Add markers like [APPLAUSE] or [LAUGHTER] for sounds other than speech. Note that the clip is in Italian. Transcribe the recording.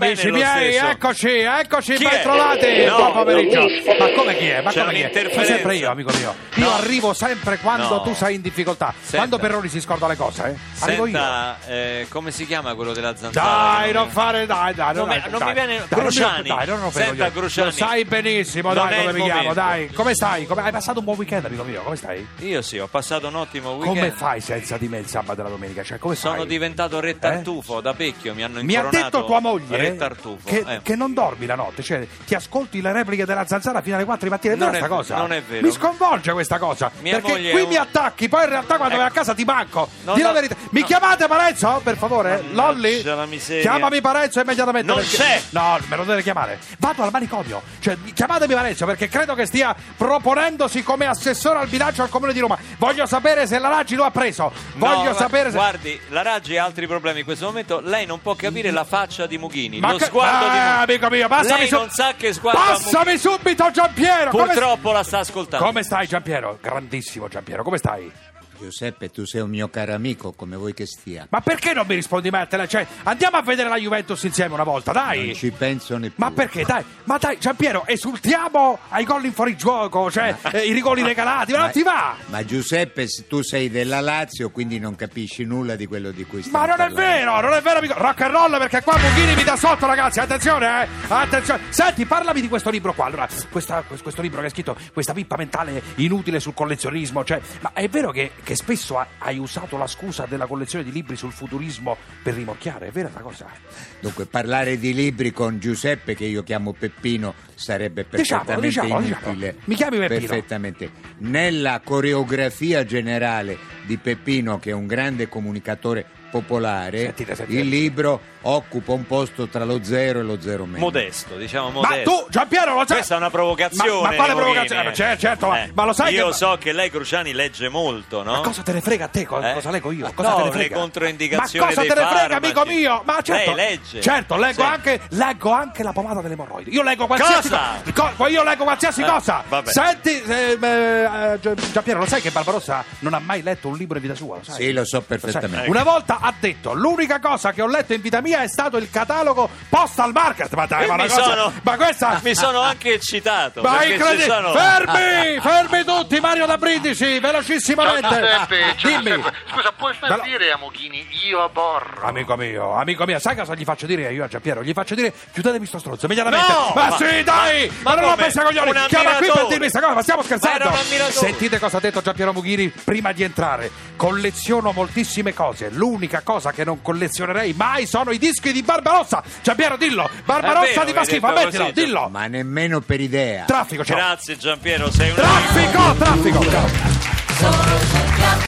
Amici Bene, lo miei, stesso. eccoci, eccoci, Chi ben è? trovati, No. buon pomeriggio. Ma come chi è? Ma C'è come chi è? Sono un'interferenza. sempre io, amico mio. Io No. arrivo sempre quando No. tu sei in difficoltà. Senta. Quando Perroni si scorda le cose, eh? Arrivo io. Senta, eh, come si chiama quello della zanzara? Dai, Che non- non fare, dai, dai, Non dai, mi- non dai, mi viene- dai, Cruciani. Dai, non rompere i Senta, coglioni. Cruciani. Lo sai benissimo, Non dai, è come il mi chiamo, momento. dai. Come stai? Come- Hai passato un buon weekend, amico mio, come stai? Io sì, ho passato un ottimo weekend. Come fai senza di me il sabato e la domenica? Cioè, come Sono fai? diventato re tartufo da vecchio, mi hanno Eh? Mi ha incoronato. detto tua moglie Re tartufo. che, eh. che non dormi la notte, cioè ti ascolti le repliche della zanzara fino alle 4 di mattina. È Non vera è- sta cosa? non è vero. Mi sconvolge questa cosa. Mia perché moglie è qui un- mi attacchi, poi in realtà quando Ecco. vai a casa ti manco. No, Dì la no, verità. Mi no. chiamate Parenzo, per favore? Mannaggia Lolli? la miseria. Chiamami Parenzo immediatamente. Non perché- c'è. No, me lo deve chiamare. Vado al manicomio. Cioè, mi- chiamatemi Parenzo perché credo che stia proponendosi come assessore al bilancio al comune di Roma. Voglio sapere se la Raggi lo ha preso. No, Voglio ma- sapere se. Guardi, la Raggi ha altri problemi in questo momento. Lei non può capire la faccia di Mughini, Ma lo che- sguardo di Ah, Mughini. amico mio, passami Lei su- non sa che sguardo ha Passami subito Giampiero! Mughini. Come, Purtroppo la sta ascoltando. come stai Giampiero? Grandissimo Giampiero, come stai? Giuseppe, tu sei un mio caro amico, come vuoi che stia. Ma perché non mi rispondi mai a te? Cioè, andiamo a vedere la Juventus insieme una volta, Non dai! ci penso neppure. Ma perché, dai? Ma dai, Giampiero, esultiamo ai gol in fuorigioco, cioè eh, i rigori regalati, ma non ti va! Ma Giuseppe, s- tu sei della Lazio, quindi non capisci nulla di quello di cui stiamo Ma non è parlando. vero, non è vero, amico. Rock and roll perché qua Mughini mi dà sotto, ragazzi. Attenzione, eh. Attenzione. Senti, parlami di questo libro qua. Allora, questa- questo libro che hai scritto, questa pippa mentale inutile sul collezionismo. Cioè, ma è vero che, che spesso ha- hai usato la scusa della collezione di libri sul futurismo per rimorchiare? È vera la cosa? Dunque, parlare di libri con Giuseppe, che io chiamo Peppino, sarebbe Diciamo, perfettamente diciamo, diciamo. inutile. Mi chiami Peppino. Perfettamente. Nella coreografia generale di Peppino, che è un grande comunicatore popolare, Sentite, sentite. il libro occupa un posto tra lo zero e lo zero meno. Modesto, diciamo Ma modesto. tu, Giampiero, lo sai. Questa è una provocazione. Ma, ma quale Mughini, provocazione? eh. Ma Certo, certo, ma, Eh, ma lo sai Io che. so che lei, Cruciani, legge molto, no? Ma cosa te ne frega a te? Co- Eh? Cosa leggo io? Cosa No, te ne le frega? controindicazioni Ma cosa dei te ne frega, farmaci. amico mio? Ma certo, Lei legge. Certo, leggo, Sì. anche, leggo anche la pomata delle emorroidi. Io leggo qualsiasi Cosa? co- co- io leggo qualsiasi Eh, cosa. vabbè. Senti, eh, eh, eh, Gia- Giampiero, lo sai che Barbarossa non ha mai letto un libro in vita sua? Lo sai? Sì, lo so Lo sai? eh, perfettamente. Una volta ha detto: L'unica cosa che ho letto in vita mia è stato il catalogo Postal Market. Ma dai, E Eh, ma, una mi cosa- sono- Ah, ma questa [LAUGHS] Mi sono anche eccitato. ma è perché ci incredibile! sono... Fermi! Fermi tutti, Mario da Brindisi, Ciao velocissimamente! Ah, Giuseppe, ciao Dimmi! Giuseppe. Scusa, puoi far Velo- dire a Moghini io aborro? Amico mio, amico mio, sai cosa gli faccio dire io a Giampiero? Gli faccio dire chiudetemi sto stronzo immediatamente. No! ma, Ma- sì, dai! ma- ma Ma, non ho come? pensato coglioni! Un Chiama qui per ammiratore. dirmi questa cosa, ma stiamo Ma scherzando! era un ammiratore. Sentite cosa ha detto Giampiero Mughini prima di entrare. Colleziono moltissime cose. L'unica cosa che non collezionerei mai sono i dischi di Barbarossa. Giampiero, dillo! È Barbarossa vero, ti mi fa hai schifo, detto ammettilo, così, dillo! Ma nemmeno per idea. Traffico, ciao! Grazie Giampiero, sei un Traffico, traffico!